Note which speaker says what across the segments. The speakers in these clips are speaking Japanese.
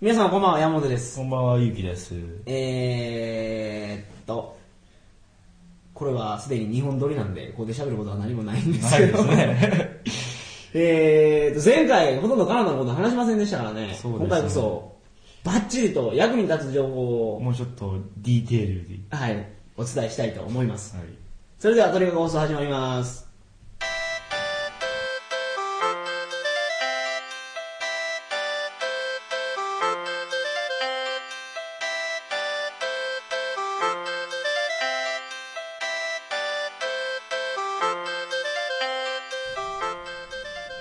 Speaker 1: 皆さんこんばんは、山本です。
Speaker 2: こんばんは、ゆうきです。
Speaker 1: えーっと、これはすでに日本撮りなんで、ここで喋ることは何もないんですけど、
Speaker 2: ない で
Speaker 1: えーっと、前回ほとんどカナダのこと話しませんでしたからね、
Speaker 2: そうですね
Speaker 1: 今回こそ、バッチリと役に立つ情報を、
Speaker 2: もうちょっとディテールで。
Speaker 1: はい、お伝えしたいと思います。
Speaker 2: はい。
Speaker 1: それではトリガー放送始まります。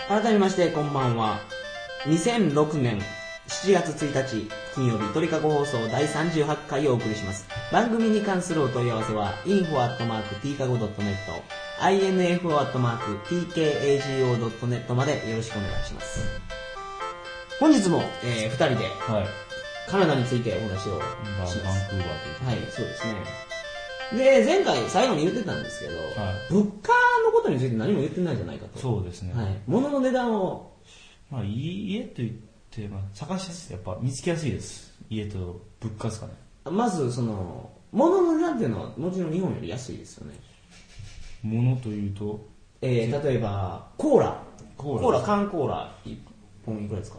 Speaker 1: 改めましてこんばんは2006年7月1日金曜日鳥かご放送第38回をお送りします番組に関するお問い合わせは info.tkago.net info.tkago.net までよろしくお願いします本日も、え2人で
Speaker 2: はい。
Speaker 1: カナダについてお話を
Speaker 2: 今、バン
Speaker 1: し
Speaker 2: クー
Speaker 1: ま
Speaker 2: バ
Speaker 1: す
Speaker 2: ー
Speaker 1: はいそうですねで前回最後に言ってたんですけど、
Speaker 2: はい
Speaker 1: 物価のことについて何も言ってないじゃないか
Speaker 2: と。
Speaker 1: と
Speaker 2: そうですね。
Speaker 1: はい、物の値段を、
Speaker 2: まあ、いい家と言って、まあ、探しやすい。やっぱ、見つけやすいです。家と物価ですかね。
Speaker 1: まずその、物の値段っていうのはもちろん日本より安いですよね。
Speaker 2: 物というと、
Speaker 1: えー、例えば、コーラ。
Speaker 2: コーラ
Speaker 1: 缶コーラ1本いくらですか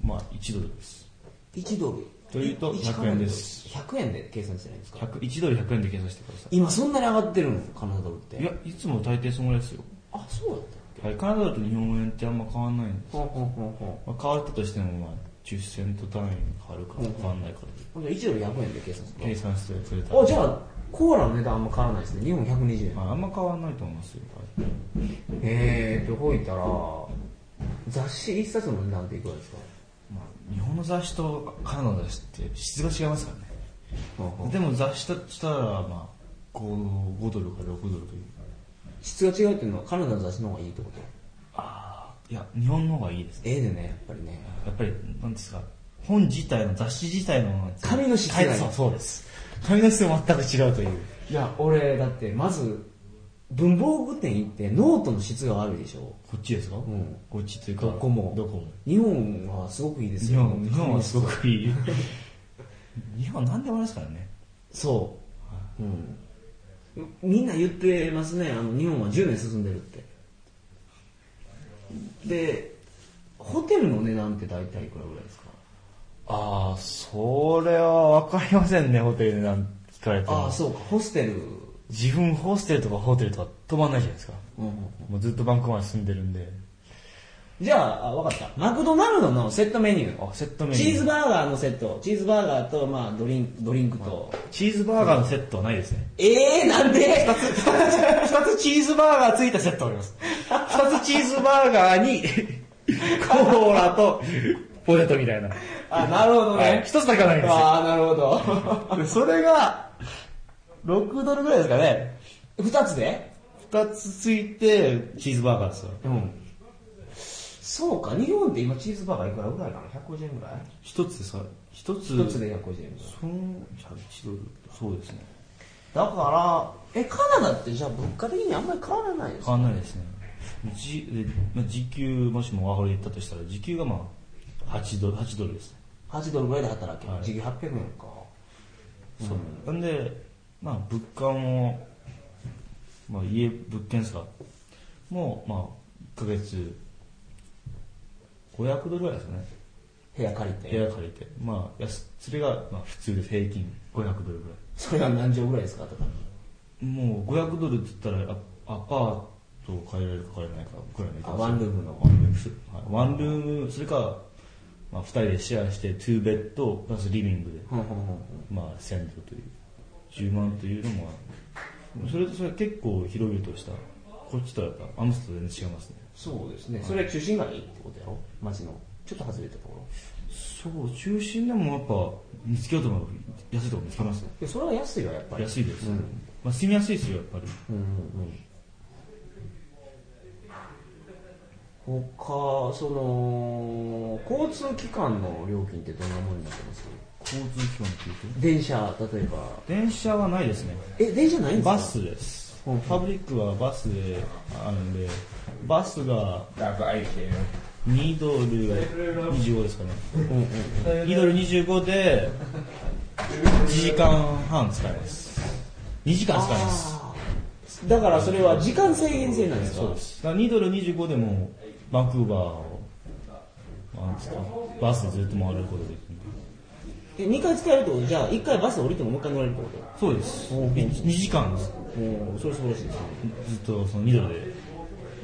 Speaker 2: まあ、1ドルです。
Speaker 1: ?1 ドル。
Speaker 2: というと
Speaker 1: 1
Speaker 2: 100円です。
Speaker 1: 100円で計算してないんですか
Speaker 2: 100 1ドル100円で計算してくださ
Speaker 1: 今そんなに上がってるのカナダドルっ
Speaker 2: い。い
Speaker 1: て。
Speaker 2: や、いつも大抵そのぐらいですよ。
Speaker 1: あ、そうだったっけ
Speaker 2: はい、カナダと日本円ってあんま変わんないんです。
Speaker 1: ほんほんほんほん。
Speaker 2: まあ、変わったとしても、まあ、10セント単位変わるか変わんないか
Speaker 1: ほんで1ドル100円で計算す
Speaker 2: 計
Speaker 1: る
Speaker 2: 算してくれた
Speaker 1: か。あ、じゃあ、コーラの値段あんま変わらないですね。日本120円。
Speaker 2: まあ、あんま変わんないと思いますよ。
Speaker 1: えーと、ほいたら、雑誌1冊の値段っていくらですか
Speaker 2: まあ、日本の雑誌とカナダの雑誌って質が違いますからね。
Speaker 1: ほんほん
Speaker 2: でも雑誌としたら、まあ、5, 5ドルから6ドルという。
Speaker 1: 質が違うっていうのはカナダの雑誌の方がいいってこと
Speaker 2: ああ、いや、日本の方がいいですね。
Speaker 1: ええでねやっぱりね
Speaker 2: やっぱり、なんですか、本自体の雑誌自体のなんですか。
Speaker 1: 紙の質がいい
Speaker 2: はいそうそうです。紙の質が全く違うという。
Speaker 1: いや俺だってまず文房具店行ってノートの質が悪いでしょ
Speaker 2: こっちですか、
Speaker 1: ん
Speaker 2: こっちというか、
Speaker 1: どこも
Speaker 2: どこも。
Speaker 1: 日本はすごくいいです
Speaker 2: 日
Speaker 1: よ
Speaker 2: 本日本はすごくい い。日本は何でもありますからね。
Speaker 1: そう、うん、みんな言ってますねあの日本は10年進んでるってでホテルの値段って大体いくらぐらいですか
Speaker 2: ああ、それは分かりませんね、ホテルでなん聞かれても
Speaker 1: ああそうかホステル、
Speaker 2: 自分ホステルとかホテルとか泊まんないじゃないですか。
Speaker 1: うんうん、
Speaker 2: もうずっとバンクーバーに住んでるんで。
Speaker 1: じゃああ分かったマクドナルドのセットメニュー
Speaker 2: あ、セットメニュー。
Speaker 1: チーズバーガーのセット、チーズバーガーと、まあ、ドリンク、ドリンクと。
Speaker 2: チーズバーガーのセットはないですね。
Speaker 1: えー、なんで
Speaker 2: 二つ、二つチーズバーガーついたセットあります。二つチーズバーガーに、コーラと、ポテトみたいな。
Speaker 1: あ、なるほど
Speaker 2: はい
Speaker 1: ね。
Speaker 2: 一つだけはないんですよ
Speaker 1: あー、なるほど。
Speaker 2: でそれが、6ドルぐらいですかね。
Speaker 1: 二つで
Speaker 2: 二つついて、チーズバーガーですよ。
Speaker 1: うん。そうか、日本って今チーズバーガーいくらぐらいかな ?150 円ぐらい
Speaker 2: 一つですか一つ。
Speaker 1: 一つで150円ぐらい。
Speaker 2: その101ドルそうですね
Speaker 1: だから、え、カナダってじゃあ物価的にあんまり変わらないです
Speaker 2: 変わんないですねじでまあ時給もしもワーホリで行ったとしたら時給がまあ8ドル8ドルですね
Speaker 1: 8ドルぐらいで働ける
Speaker 2: は。い
Speaker 1: 時給800円か。
Speaker 2: そう、なんでまあ物価も、まあ、家物件ですかもうまあ1ヶ月500ドルぐらいですかね
Speaker 1: 部屋借り
Speaker 2: 部
Speaker 1: て。
Speaker 2: 屋借りてまあ安それがまあ普通です平均500ドルぐら
Speaker 1: それは何畳ぐらいですかとか。
Speaker 2: いもう500ドルって言ったらアアパートを借りられるか借りれないかぐらいの
Speaker 1: あ、ワンルームの。
Speaker 2: はいワンルーム、それか、まあ、2人でシェアして、2ベッド、プラスリビングで、
Speaker 1: ほんほんほんほん
Speaker 2: まあ、1000ドルという、10万というのもある、それそれ結構広々とした、こっちとはやっぱ、アムステルダム全然違いますね。
Speaker 1: そうですね。それは中心街ってことやろ街の。ちょっと外れたところ。
Speaker 2: そう、中心でもやっぱ、見つけようと思えば、安いとこ見つけますね。
Speaker 1: いや、それは安いわ、やっぱり。
Speaker 2: 安いです。
Speaker 1: うん。
Speaker 2: まあ、住みやすいですよ、やっぱり。
Speaker 1: うんうんうん。他、その、交通機関の料金ってどんなものになってます
Speaker 2: 交通機関っていうと、
Speaker 1: 電車、例えば。
Speaker 2: 電車はないですね。
Speaker 1: え、電車ないんですか
Speaker 2: バスです。
Speaker 1: うん
Speaker 2: パブリックはバスであるんで、バスが、
Speaker 3: That I can.
Speaker 2: 2ドル25ですかね。2ドル25で、1時間半使います。2時間使います。
Speaker 1: だからそれは時間制限制なんですか
Speaker 2: そうです。だから2ドル25でも、バンクーバーを、なんですか、バスでずっと回ることできる。
Speaker 1: え2回使えるってことじゃあ1回バス降りてももう1回乗れるってこ
Speaker 2: そうです。2時間です。
Speaker 1: とおおそれ素晴らしいですね
Speaker 2: ずっとその2ドルで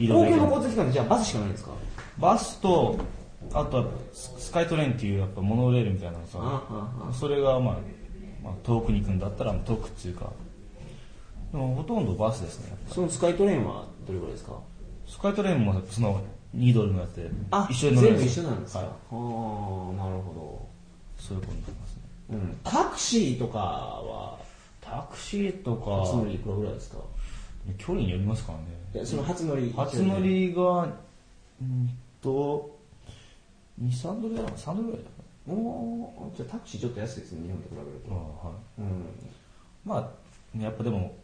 Speaker 2: 移動
Speaker 1: 公
Speaker 2: でき
Speaker 1: 共
Speaker 2: る
Speaker 1: の交通機関でじゃあバスしかないんですか
Speaker 2: バスとあとはススカイトレインっていうやっぱモノレールみたいなの
Speaker 1: あ
Speaker 2: さ
Speaker 1: ああ
Speaker 2: それが、まあ、まあ遠くに行くんだったら遠くっていうかでもほとんどバスですね
Speaker 1: あそのスカイトレインはどれぐらいですか
Speaker 2: スカイトレインもその2ドルのやつで
Speaker 1: あ
Speaker 2: 一緒に乗れる
Speaker 1: 全部一緒なんですか、
Speaker 2: はい
Speaker 1: はあなるほ
Speaker 2: そういうことになりますね
Speaker 1: ど、うん、タクシーとかは
Speaker 2: タクシーと
Speaker 1: 初乗り
Speaker 2: か
Speaker 1: いくらぐらいですか
Speaker 2: 距離によりますからね
Speaker 1: いやその初乗り
Speaker 2: 初乗りがうんと23ドルだな3ドルぐらいだ
Speaker 1: おおーじゃあタクシーちょっと安いですね日本と比べる
Speaker 2: な、
Speaker 1: と
Speaker 2: はい
Speaker 1: うん
Speaker 2: まあ、やっぱでも、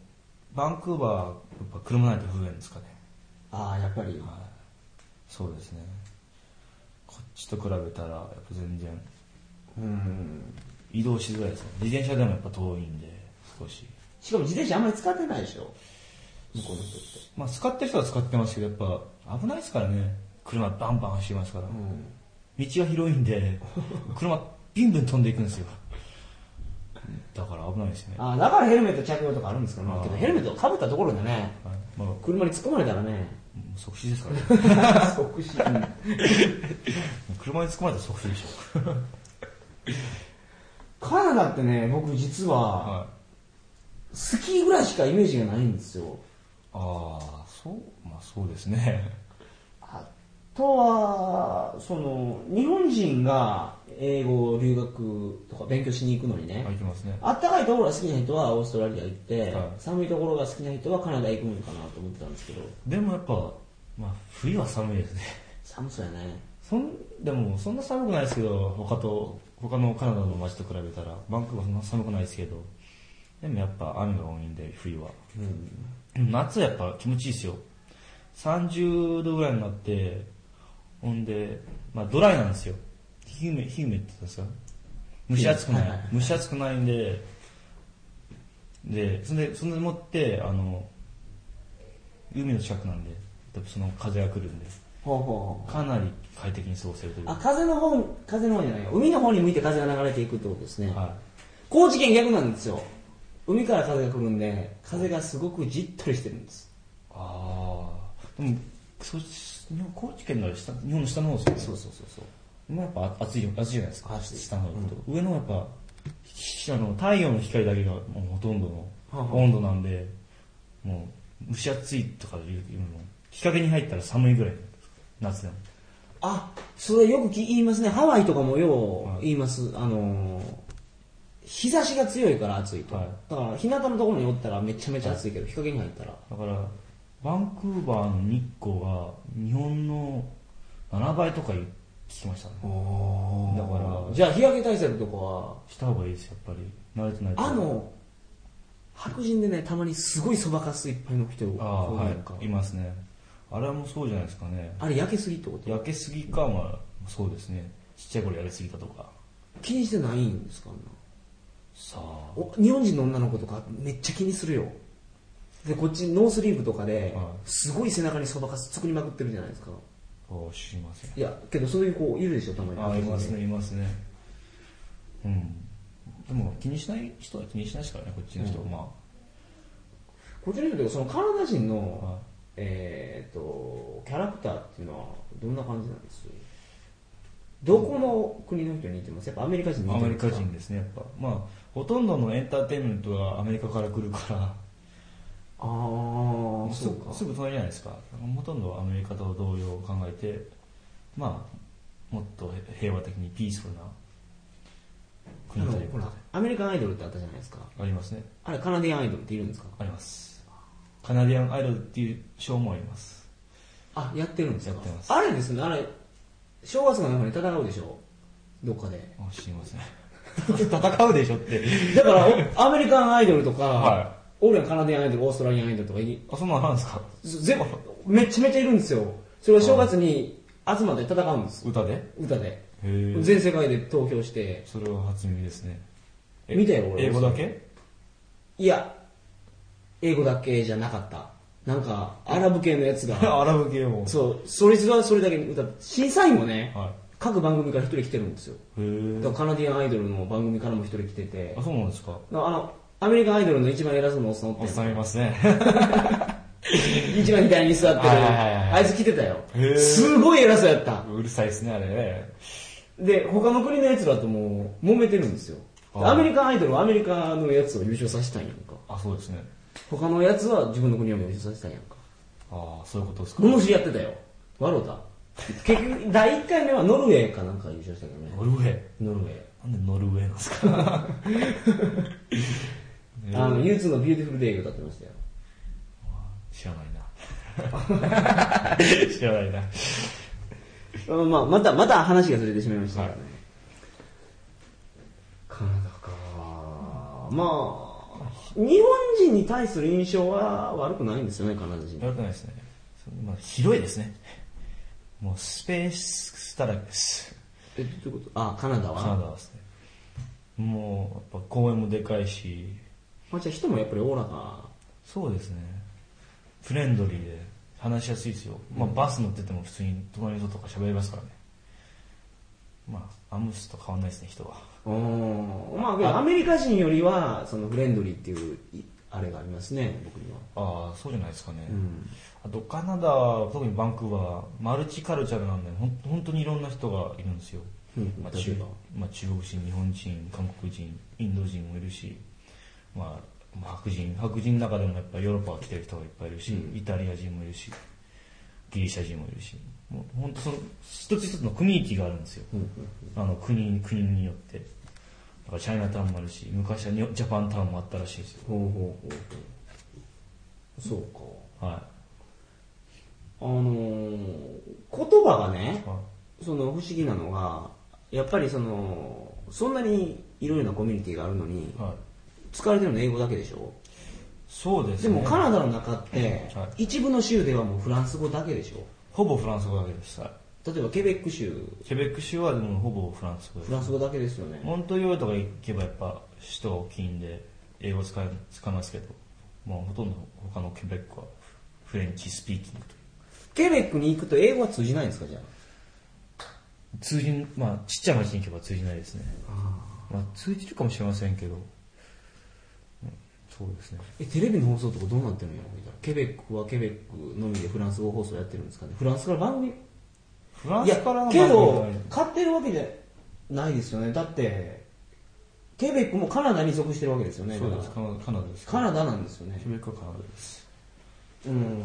Speaker 2: バンクーバーはやっぱ車ないと不便ですかね。
Speaker 1: ああやっぱり
Speaker 2: はい。そうですね。こっちと比べたら、やっぱ全然、
Speaker 1: うん
Speaker 2: 移動しづらいですね。自転車でもやっぱ遠いんで、少し。
Speaker 1: しかも自転車あんまり使ってないでしょ向こうの人って
Speaker 2: まあ、使ってる人は使ってますけど、やっぱ危ないですからね。車バンバン走りますから。道
Speaker 1: ん
Speaker 2: が広いんで、車ビンビン飛んでいくんですよ。だから危ないですね。は
Speaker 1: ああだからヘルメット着用とかあるんですけどね
Speaker 2: あー
Speaker 1: けどヘルメットをかぶったところでね
Speaker 2: い、まあ、も
Speaker 1: 車に突っ込まれたら ね
Speaker 2: う即死ですからね。
Speaker 1: 即死うん
Speaker 2: 車に突っ込まれたら即死でしょ。
Speaker 1: カナダってね僕実は
Speaker 2: はい。
Speaker 1: スキーぐらいしかイメージがないんですよ
Speaker 2: ああそうまあそうですね
Speaker 1: あとはその日本人が英語留学とか勉強しに行くのにね、
Speaker 2: あいきますね
Speaker 1: あったかいところが好きな人はオーストラリア行って、
Speaker 2: はい
Speaker 1: 寒いところが好きな人はカナダ行くのかなと思ってたんですけど
Speaker 2: でもやっぱ、まあ、冬は寒いですね
Speaker 1: 寒そうやね
Speaker 2: そんでもそんな寒くないですけど他と他のカナダの街と比べたらバンクーバーそんな寒くないですけどでもやっぱ雨が多いんで冬は
Speaker 1: うん
Speaker 2: でも夏はやっぱ気持ちいいですよ30度ぐらいになってほんで、まあ、ドライなんですよヒューメヒューメって言ったんですか蒸し暑く
Speaker 1: はい
Speaker 2: な
Speaker 1: はい
Speaker 2: い蒸し暑くないんででそれでそれでもってあの海の近くなんで多分その風が来るんで
Speaker 1: ほうほうほう
Speaker 2: かなり快適に過ごせるという
Speaker 1: あ
Speaker 2: か
Speaker 1: 風の方風の方じゃないよ海の方に向いて風が流れていくってことですね、
Speaker 2: は
Speaker 1: 高知県逆なんですよ海から風が来るんで風がすごくじっとりしてるんです
Speaker 2: い、ああでもそ日本高知県の下日本の下の方ですよね
Speaker 1: そうそうそうそう
Speaker 2: まあ、やっぱ暑いよ暑いじゃないですか、
Speaker 1: 暑い
Speaker 2: 下の方行くと、上の方はやっぱひあの太陽の光だけがもうほとんど
Speaker 1: はあはあ
Speaker 2: の温度なんで、もう蒸し暑いとかいうよりも日陰に入ったら寒いぐらい夏でも
Speaker 1: あそれよくき言いますねハワイとかもよ
Speaker 2: は
Speaker 1: う
Speaker 2: い
Speaker 1: 言います、あのー日差しが強いから暑いと、
Speaker 2: はい
Speaker 1: だから日向のところにおったらめちゃめちゃ暑いけど、日陰に入ったら
Speaker 2: だからバンクーバーの日光が日本の7倍とか聞きましたねだから
Speaker 1: じゃあ日焼け対策とかは
Speaker 2: した方がいいですやっぱり慣れてないと
Speaker 1: あの白人でねたまにすごいそばかすいっぱいの人
Speaker 2: ああ
Speaker 1: こう
Speaker 2: は
Speaker 1: ないんか
Speaker 2: いますねあれはもうそうじゃないですかね
Speaker 1: あれ焼けすぎってこと
Speaker 2: 焼けすぎかまあそうですねちっちゃい頃やりすぎたとか
Speaker 1: 気にしてないんですかあんな
Speaker 2: さあ
Speaker 1: お日本人の女の子とかめっちゃ気にするよでこっちノースリーブとかで
Speaker 2: は
Speaker 1: すごい背中にそばかす作りまくってるじゃないですか
Speaker 2: お知りません
Speaker 1: いやけどそういう子いるでしょたまに
Speaker 2: あいますねいますねうんでも気にしない人は気にしないですからねこっちの人は、
Speaker 1: うん
Speaker 2: ま
Speaker 1: こちらの人そのカナダ人
Speaker 2: あ、
Speaker 1: の
Speaker 2: は
Speaker 1: えー、とキャラクターっていうのはどんな感じなんですどこの国の人に似てますやっぱアメリカ人に
Speaker 2: い
Speaker 1: 似
Speaker 2: ア
Speaker 1: てる
Speaker 2: メ
Speaker 1: ん
Speaker 2: リ
Speaker 1: です
Speaker 2: カ
Speaker 1: か
Speaker 2: 人ですねやっぱまあほとんどのエンターテインメントはアメリカから来るから
Speaker 1: あ
Speaker 2: も
Speaker 1: あ
Speaker 2: うす
Speaker 1: そう
Speaker 2: ぐ
Speaker 1: か
Speaker 2: すぐ隣じゃないですかほとんどアメリカと同様考えてまあもっと平和的にピースフルな
Speaker 1: あ
Speaker 2: 国
Speaker 1: の
Speaker 2: とい
Speaker 1: ほ
Speaker 2: うことで
Speaker 1: らアメリカンアイドルってあったじゃないですか
Speaker 2: ありますね
Speaker 1: あれカナディアンアイドルっているんですか
Speaker 2: ありますカナディアンアイドルっていうショーもあります
Speaker 1: あやってるんですか
Speaker 2: やってます
Speaker 1: あれですねあれ正月の中に戦うでしょどっか で
Speaker 2: あ知りません戦うでしょって
Speaker 1: だからおアメリカンアイドルとか、
Speaker 2: は
Speaker 1: 俺らカナディアンアイドルオーストラリアンアイドルとかい
Speaker 2: あ、そんなのあるんですか
Speaker 1: 全部めちゃめちゃいるんですよそれは正月に東で戦うんです。
Speaker 2: 歌でへ
Speaker 1: 歌で。
Speaker 2: え
Speaker 1: 全世界で投票して、
Speaker 2: それは初耳ですねえ
Speaker 1: 見たよ俺
Speaker 2: 英語だけ
Speaker 1: いや、英語だけじゃなかった。なんか、アラブ系のや つが、
Speaker 2: アラブ系も
Speaker 1: そう、それがそれだけ歌って、審査員もね、
Speaker 2: は
Speaker 1: 各番組から一人来てるんですよ。
Speaker 2: い
Speaker 1: だ
Speaker 2: へえ
Speaker 1: からカナディアンアイドルの番組からも一人来てて
Speaker 2: あ、そうなんですか
Speaker 1: あの、アメリカンアイドルの一番偉そうなおっさんお
Speaker 2: おっ
Speaker 1: って
Speaker 2: さん いますね
Speaker 1: 一番左に座ってる、
Speaker 2: はいはいはいはい
Speaker 1: あいつ来てたよ
Speaker 2: へー。
Speaker 1: すごい偉そうやった。
Speaker 2: うるさいですねあれね
Speaker 1: で、他の国のやつらともう揉めてるんですよ。
Speaker 2: あー
Speaker 1: アメリカンアイドルはアメリカのやつを優勝させたんやんか。
Speaker 2: あそうですね
Speaker 1: 他のやつは自分の国を優勝させたんやんか。
Speaker 2: ああそういうことですか
Speaker 1: このしやってたよ。笑うた。結局、第1回目はノルウェーかなんか優勝したけどね。
Speaker 2: ノルウェー
Speaker 1: ノルウェー。
Speaker 2: なんでノルウェーなんです かえ
Speaker 1: あの、ユーツのビューティフルデイ歌ってましたよ。
Speaker 2: 知らないな 知らないな
Speaker 1: うんまあ、また、また話がずれてしまいましたからね。
Speaker 2: は
Speaker 1: カナダか。まあ、日本人に対する印象は悪くないんですよね、カナダ人。
Speaker 2: 悪くないですね。まあ、広いですね。もうスペースだらけです。
Speaker 1: え、どういうことあ、カナダ
Speaker 2: カ
Speaker 1: は
Speaker 2: ナダはですね。もう、やっぱ公園もでかいし、
Speaker 1: まあ、じゃあ人もやっぱりオーラが。
Speaker 2: そうですね。フレンドリーで話しやすいですよ。まあ、バス乗ってても普通に隣の人とか喋りますからね。まあ、アムスと変わんないですね、人は。
Speaker 1: おーまあけど、
Speaker 2: あ
Speaker 1: アメリカ人よりは、そのフレンドリーっていう、いあれがありますね、僕には。
Speaker 2: ああ、そうじゃないですかね。
Speaker 1: うん。
Speaker 2: あと、カナダは、特にバンクーバーは、マルチカルチャルなんで、ほん本当にいろんな人がいるんですよ。
Speaker 1: うん
Speaker 2: まあ、
Speaker 1: 例え
Speaker 2: 中
Speaker 1: ば
Speaker 2: まあ、中国人、日本人、韓国人、インド人もいるし、まあ、まあ白人、白人の中でもやっぱヨーロッパから来てる人がいっぱいいるし、
Speaker 1: うん
Speaker 2: イタリア人もいるし、ギリシャ人もいるし、もう本当その、一つ一つのコミュニティがあるんですよ。
Speaker 1: うんうん
Speaker 2: あの、国、国によって。だからチャイナタウンもあるし、昔はニョジャパンタウンもあったらしいですよ。
Speaker 1: ほうほうほうほう。そうか。
Speaker 2: は
Speaker 1: あのー言葉がね
Speaker 2: い。、は
Speaker 1: その不思議なのがやっぱりそのそんなにいろいろなコミュニティがあるのに
Speaker 2: い。はい、
Speaker 1: 使われてるの英語だけでしょ
Speaker 2: そうです
Speaker 1: で
Speaker 2: ね。
Speaker 1: もカナダの中って
Speaker 2: は
Speaker 1: 一部の州ではもうフランス語だけでしょ
Speaker 2: ほぼフランス語だけです。は
Speaker 1: 例えばケベック州
Speaker 2: いケベック州はでもほぼフランス語です。
Speaker 1: フランス語だけですよね
Speaker 2: モントリオールとか行けばやっぱ人が大きいんで、英語使え使いますけど、まあほとんど他のケベックはフレンチスピーキングとい
Speaker 1: ケベックに行くと英語は通じないんですかじゃ
Speaker 2: う。通じん、まあちっちゃい町に行けば通じないですね。
Speaker 1: あ
Speaker 2: まあ通じるかもしれませんけど、うんそうですね。
Speaker 1: えテレビの放送とかどうなってるんやろケベックはケベックのみでフランス語放送やってるんですかねフランスから番組
Speaker 2: フラン
Speaker 1: いや
Speaker 2: スからの
Speaker 1: けど
Speaker 2: 番組は
Speaker 1: 買ってるわけじゃないですよねだってケベックもカナダに属してるわけですよね
Speaker 2: そう
Speaker 1: だ
Speaker 2: で
Speaker 1: か
Speaker 2: す、
Speaker 1: ら
Speaker 2: カナカナダです。
Speaker 1: カナダなんですよね
Speaker 2: ケベックはカナダです。
Speaker 1: うん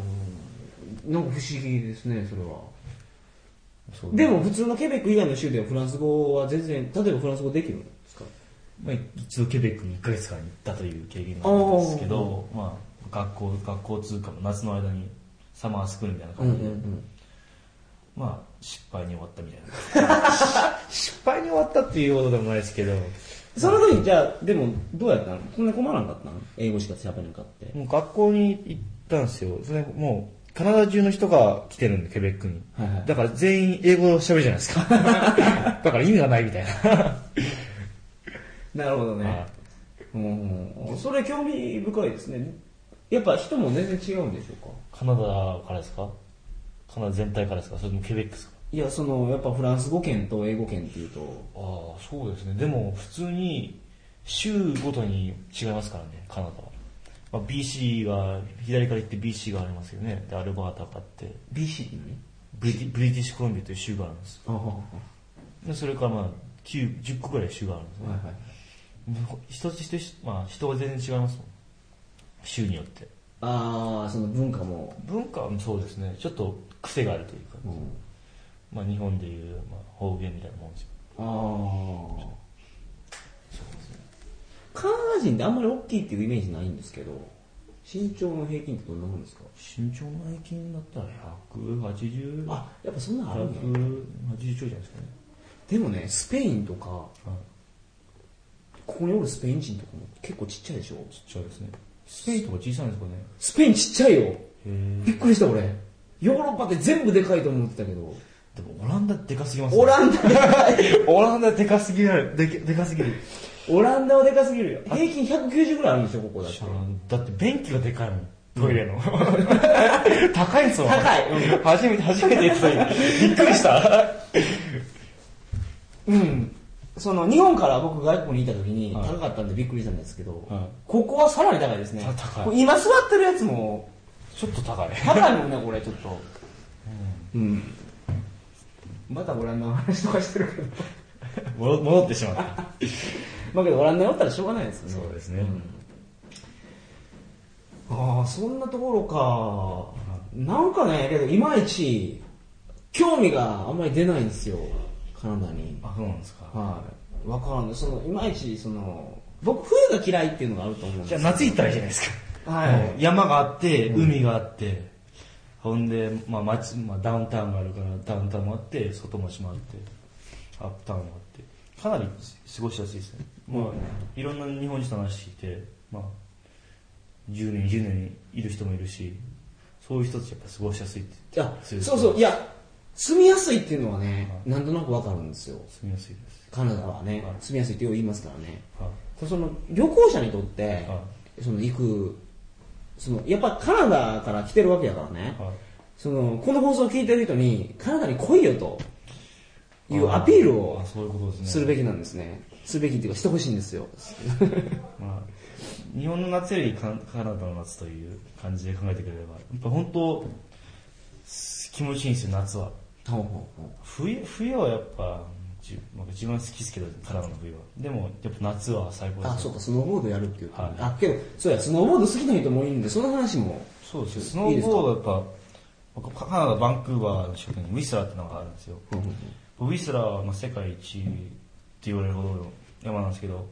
Speaker 1: なんか不思議ですねそれは
Speaker 2: そう
Speaker 1: でも普通のケベック以外の州ではフランス語は全然例えばフランス語できるんですか
Speaker 2: まあ、一度ケベックに1ヶ月間行ったという経験があるんですけど、まあ、学校、学校通過も夏の間にサマースクールみたいな感じで、
Speaker 1: ん
Speaker 2: まあ、失敗に終わったみたいな。 失敗に終わったっていうことでもないですけど、
Speaker 1: その時じゃあでもどうやったのそんな困らなかったの英語しか喋れなかった
Speaker 2: もう学校に行ったんですよ。それもう、カナダ中の人が来てるんで、ケベックに。
Speaker 1: はいはい
Speaker 2: だから全員英語を喋るじゃないです か。だから意味がないみたいな。
Speaker 1: なるほど
Speaker 2: はい
Speaker 1: うんそれ興味深いですねやっぱ人も全然違うんでしょうか
Speaker 2: カナダからですかカナダ全体からですかそれともケベックですか
Speaker 1: いやそのやっぱフランス語圏と英語圏っていうと
Speaker 2: ああそうですねでも普通に州ごとに違いますからねカナダは、まあ、BC が左から行って BC がありますよねでアルバータがあって
Speaker 1: BC って何
Speaker 2: ブリティブリティッシュコロンビアという州があるんです
Speaker 1: あはは
Speaker 2: でそれからまあ9 10個ぐらい州があるんですね
Speaker 1: はいはい
Speaker 2: もう一つ一つ、まあ、人は全然違いますもん州によって
Speaker 1: ああその文化も、
Speaker 2: 文化はそうですねちょっと癖があるというか、
Speaker 1: うん
Speaker 2: まあ、日本でいう、まあ、方言みたいなもんですよ
Speaker 1: ああカナダ人ってあんまり大きいっていうイメージないんですけど身長の平均ってどんなもんですか
Speaker 2: 身長の平均だったら180
Speaker 1: あやっぱそんなんあるんだ
Speaker 2: 180兆じゃないですかね。
Speaker 1: でもねスペインとかここにおるスペイン人とかも結構ちっちゃいでしょ
Speaker 2: ちっちゃいですね。スペインとか小さいんですかね。
Speaker 1: スペインちっちゃいよ
Speaker 2: へ
Speaker 1: びっくりした俺ヨーロッパって全部でかいと思ってたけど
Speaker 2: でもオランダでかすぎますね
Speaker 1: オランダでかい。
Speaker 2: オランダでかすぎる。でけでかすぎる。
Speaker 1: オランダはでかすぎるよ。平均190ぐらいあるんですよ、ここだって。
Speaker 2: だって便器がでかいもん。トイレ の。高いんすもん。
Speaker 1: 高い
Speaker 2: 初めて、初めて行った時びっくりした。
Speaker 1: うん。その、日本から僕外国にいた時に
Speaker 2: はい
Speaker 1: 高かったんでびっくりしたんですけど、
Speaker 2: はい
Speaker 1: ここはさらに高いですね
Speaker 2: あ。高い
Speaker 1: これ今座ってるやつも、
Speaker 2: ちょっと高い。
Speaker 1: 高いもんね、これちょっと。うん。またオランダの話とかしてるけど。
Speaker 2: 戻戻ってしまった。
Speaker 1: まあけどオランダにおったらしょうがないですよね。
Speaker 2: そうですね
Speaker 1: んああ、そんなところか。なんかね、けどいまいち、興味があんまり出ないんですよ、カナダに。
Speaker 2: あ、そうなんですか。
Speaker 1: はい。わからんね。その、いまいち、その、僕、冬が嫌いっていうのがあると思うんです
Speaker 2: じゃ
Speaker 1: よ
Speaker 2: あ夏行ったらいいじゃないですか。
Speaker 1: はい
Speaker 2: もう山があって、海があって、ほんで、まあ街、まあダウンタウンがあるから、ダウンタウンもあって、外町もあって、アップタウンもあって、かなり過ごしやすいですね。まあ、いろんな日本人と話してきて、まあ、10年、10年いる人もいるし、そういう人たちやっぱ過ごしやすいって、
Speaker 1: いや、そうそう、いや、住みやすいっていうのはね、なんとなくわかるんですよ。
Speaker 2: 住みやすいです。
Speaker 1: カナダはね
Speaker 2: はい、
Speaker 1: 住みやすいってよう言いますからね。
Speaker 2: はい
Speaker 1: その、旅行者にとって
Speaker 2: は、
Speaker 1: その、行く、その、やっぱカナダから来てるわけやからね、
Speaker 2: はい
Speaker 1: その、この放送を聞いてる人に、カナダに来いよと、いうアピールを
Speaker 2: あそういうことですね。
Speaker 1: するべきなんですね。するべきっていうか、してほしいんですよ。
Speaker 2: まあ、日本の夏よりカカナダの夏という感じで考えてくれれば、やっぱ本当、す気持ちいいんですよ、夏は。
Speaker 1: ほうほうほう
Speaker 2: 冬冬はやっぱ、じ僕一番好きですけど、カナダの冬は。でも、やっぱ夏は最高です、
Speaker 1: あ、そうか、スノーボードやるっていう。
Speaker 2: はい
Speaker 1: あ、けど、そうや、スノーボード好きな人もいるんで、その話も。
Speaker 2: そうですよ。スノーボードはやっぱ、僕カナダ、バンクーバーの近くにウィスラーってのがあるんですよ。ウィスラーはまあ世界一って言われるほどの山なんですけど、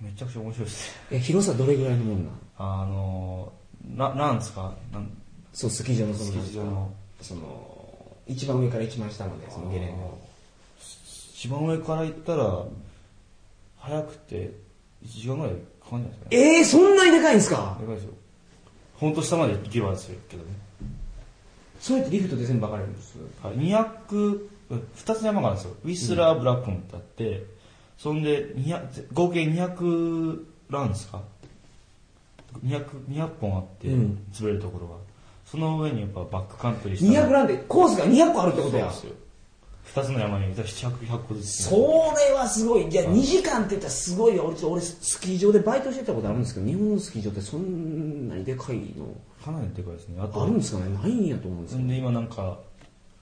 Speaker 2: めちゃくちゃ面白いですね。
Speaker 1: え、広さどれぐらいのもんなん
Speaker 2: あの、な、なんですかなん
Speaker 1: そう、スキー場のそ
Speaker 2: ス
Speaker 1: の、
Speaker 2: キー場の
Speaker 1: その、一番上から一番下まで、そのゲレンデの。
Speaker 2: 一番上から行ったら、早くて1時間ぐらいかかんじゃないです
Speaker 1: えー、そんなにでかいんですか
Speaker 2: かね。でかいですよ。ほんと下まで行けばでするけどね。
Speaker 1: そうやってリフトで全部分かれるんです。
Speaker 2: はい200、2つ山があるんですよ。ウィスラー・ブラックンってあって、そんで200、合計200ランですか ?200、200本あって、
Speaker 1: うん
Speaker 2: 潰れるところが。その上にやっぱバックカントリーした
Speaker 1: 200なんで、コースが200個あるってこと
Speaker 2: そうで
Speaker 1: や。
Speaker 2: すよ。2つの山に700、100個ずつ。
Speaker 1: それはすごい。じゃあ2時間って言ったらすごいよ。俺、ちょ俺スキー場でバイトしてたことあるんですけど、日本のスキー場ってそんなにでかいの、
Speaker 2: かなりでかいですね。あと
Speaker 1: あるんですかねないんやと思うんです
Speaker 2: そ
Speaker 1: よ
Speaker 2: ん。で今なんか、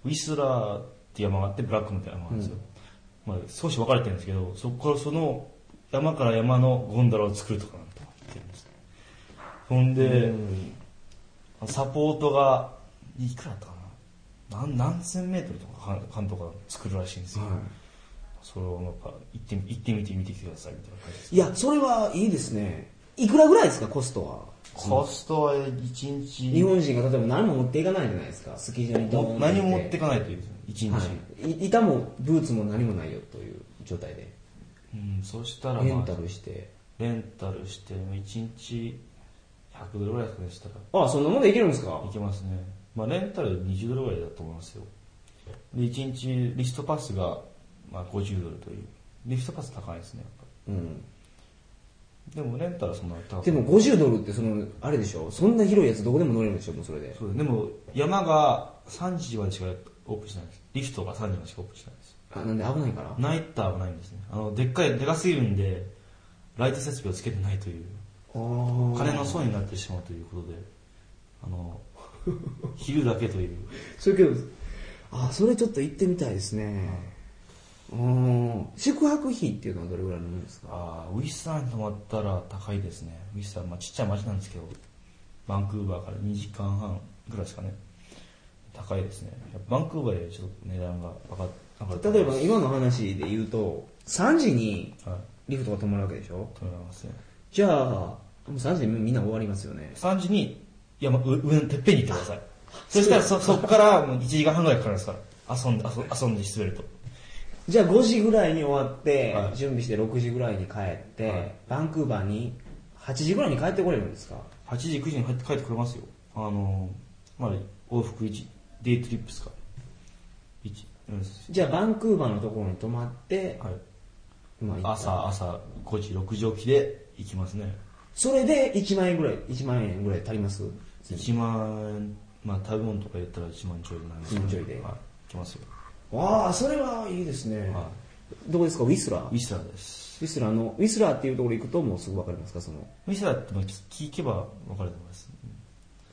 Speaker 2: ウィスラーって山があって、ブラックムって山があるんですよ。まあ少し分かれてるんですけど、そこからその山から山のゴンドラを作るとかなんとか言ってるんです。ほんで、サポートが、いくらだったかな何何千メートルとかかんとか作るらしいんですよ。
Speaker 1: は
Speaker 2: それをなんか行ってみ、行ってみて見てきてくださいみたいな感じです。
Speaker 1: い。いや、それはいいですね。いくらぐらいですか、コストは。
Speaker 2: コストは一日、
Speaker 1: 日本人が例えば何も持っていかないじゃないですか、スキー場にドーン
Speaker 2: も何も持っていかないという、一日。
Speaker 1: はい、い板もブーツも何もないよという状態で
Speaker 2: うん、そしたら、
Speaker 1: レ
Speaker 2: ま
Speaker 1: ン
Speaker 2: あ
Speaker 1: タ、ルして
Speaker 2: レンタルして、1日100ドルぐらいですかね、したら。
Speaker 1: ああそんなもんでいけるんですか
Speaker 2: いけますね。まあ、レンタル20ドルぐらいだと思いますよ。で、1日リストパスが、まあ、50ドルという。リストパス高いですね、やっ
Speaker 1: うん
Speaker 2: ぱりでも、レンタルはそんな高く
Speaker 1: でも50ドルってそのあれでしょそんな広いやつどこでも乗れるんでしょもうそれで
Speaker 2: そうだでも、山が3時までしかオープンしないんです。リフトが3時までしかオープンしないんです。
Speaker 1: あなんで危ないから
Speaker 2: ナイターはないんですね。あの、でっかい、でかすぎるんで、ライト設備をつけてないという。金
Speaker 1: 金
Speaker 2: の損になってしまうということで、あの、昼だけという。
Speaker 1: それけどああそれちょっと行ってみたいですねうん宿泊費っていうのはどれぐらいになるんですか
Speaker 2: あーウィスターに泊まったら高いですね。ウィスター、まあ、ちっちゃい町なんですけど、バンクーバーから2時間半ぐらいですかね。高いですね。やっぱバンクーバーよりちょっと値段が上がっ上が
Speaker 1: 例えば今の話で言うと3時に
Speaker 2: ば、はい、
Speaker 1: リフトが止まるわけでしょ
Speaker 2: 止めますね。
Speaker 1: じゃあもう3時でみんな終わりますよね
Speaker 2: 3時に山、う上のてっぺんに行っ てください。そしたらそ、そこからもう1時間半ぐらいかかるんですから。遊んで、遊んで滑ると。
Speaker 1: じゃあ5時ぐらいに終わって、
Speaker 2: はい
Speaker 1: 準備して6時ぐらいに帰って、
Speaker 2: はい
Speaker 1: バンクーバーに8時ぐらいに帰ってこれるんですか
Speaker 2: 8時9時に帰って帰ってくれますよあのまあ往復1デイトリップですか一うん
Speaker 1: じゃあバンクーバーのところに泊まって、
Speaker 2: はい、
Speaker 1: まあ行った
Speaker 2: 朝朝5時6時起きで行きますね
Speaker 1: それで1万円ぐらい1万円ぐらい足ります
Speaker 2: 1万円まあ食べ物とか言ったら1万ちょいになります
Speaker 1: 1万ちょいで
Speaker 2: はい、行きますよ、
Speaker 1: ああそれはいいですね、
Speaker 2: は
Speaker 1: どこですかウィスラー
Speaker 2: い、ウ
Speaker 1: ウ
Speaker 2: ィスラーです
Speaker 1: ィスラーのウィスラーっていうところ行くともうすぐ分かりますかその
Speaker 2: ウィスラーってまあ聞聞けば分かると思います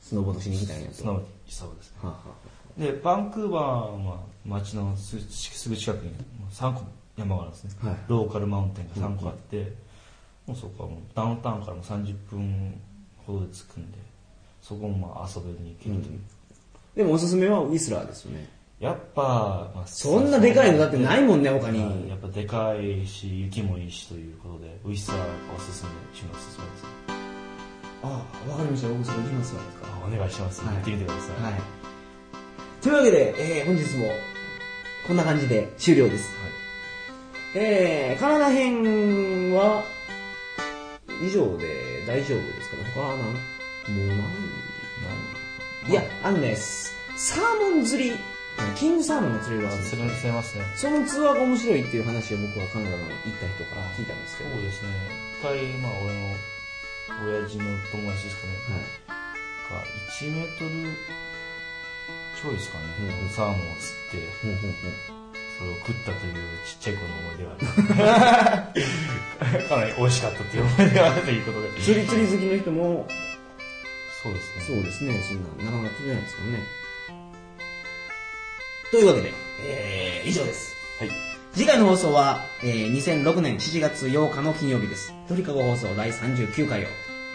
Speaker 1: スノーボードしに行きたいやつ
Speaker 2: すなわちイサオですね
Speaker 1: はあはあ
Speaker 2: でバンクーバーは町のすすぐ近くに3個の山があるんですね、
Speaker 1: はい
Speaker 2: ローカルマウンテンが3個あって、もうそこはもうダウンタウンからも30分ほどで着くんでそこもまあ遊びに行けるという、
Speaker 1: うんでもおすすめはウィスラーですよね
Speaker 2: やっぱ、まあ、
Speaker 1: そんなでかいのだってないもんね他に
Speaker 2: はいやっぱでかいし雪もいいしということでウイスラーがおすすめしますそうです
Speaker 1: ああ分かりました僕そこ行きますわ
Speaker 2: あお願いします、
Speaker 1: はい
Speaker 2: 行ってみてください、
Speaker 1: はいというわけで、えー本日もこんな感じで終了です
Speaker 2: はい
Speaker 1: えー、カナダ編は、以上で大丈夫ですかね他はなん、もうない。いや、あのね、サーモン釣り、キングサーモンの釣りがあるんです
Speaker 2: そ
Speaker 1: よ
Speaker 2: れにしてますね
Speaker 1: その通話が面白いっていう話を僕はカナダの行った人から聞いたんです
Speaker 2: そ
Speaker 1: け
Speaker 2: う
Speaker 1: ど、
Speaker 2: ですね一回まあ俺の親父の友達ですかね
Speaker 1: はい。
Speaker 2: が1メートルちょいですかね、
Speaker 1: うん
Speaker 2: サーモンを釣って
Speaker 1: ほうほうほう
Speaker 2: それを食ったというちっちゃい子の思い出がある かなり美味しかったという思い出があるということで
Speaker 1: 釣り釣り好きの人も、
Speaker 2: そうですね
Speaker 1: そうですね、そんな、なかなか釣れないですからね。というわけで、えー、以上です。
Speaker 2: はい
Speaker 1: 次回の放送は、えー2006年7月8日の金曜日です。鳥かご放送第39回を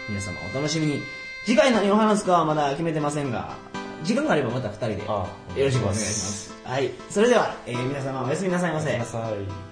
Speaker 1: 皆様お楽しみに。次回何を話すかはまだ決めてませんが、時間があればまた2人でよ
Speaker 2: ああ
Speaker 1: ろしくお願いします。はい。それでは、えー皆様おやすみなさいませ。
Speaker 2: ください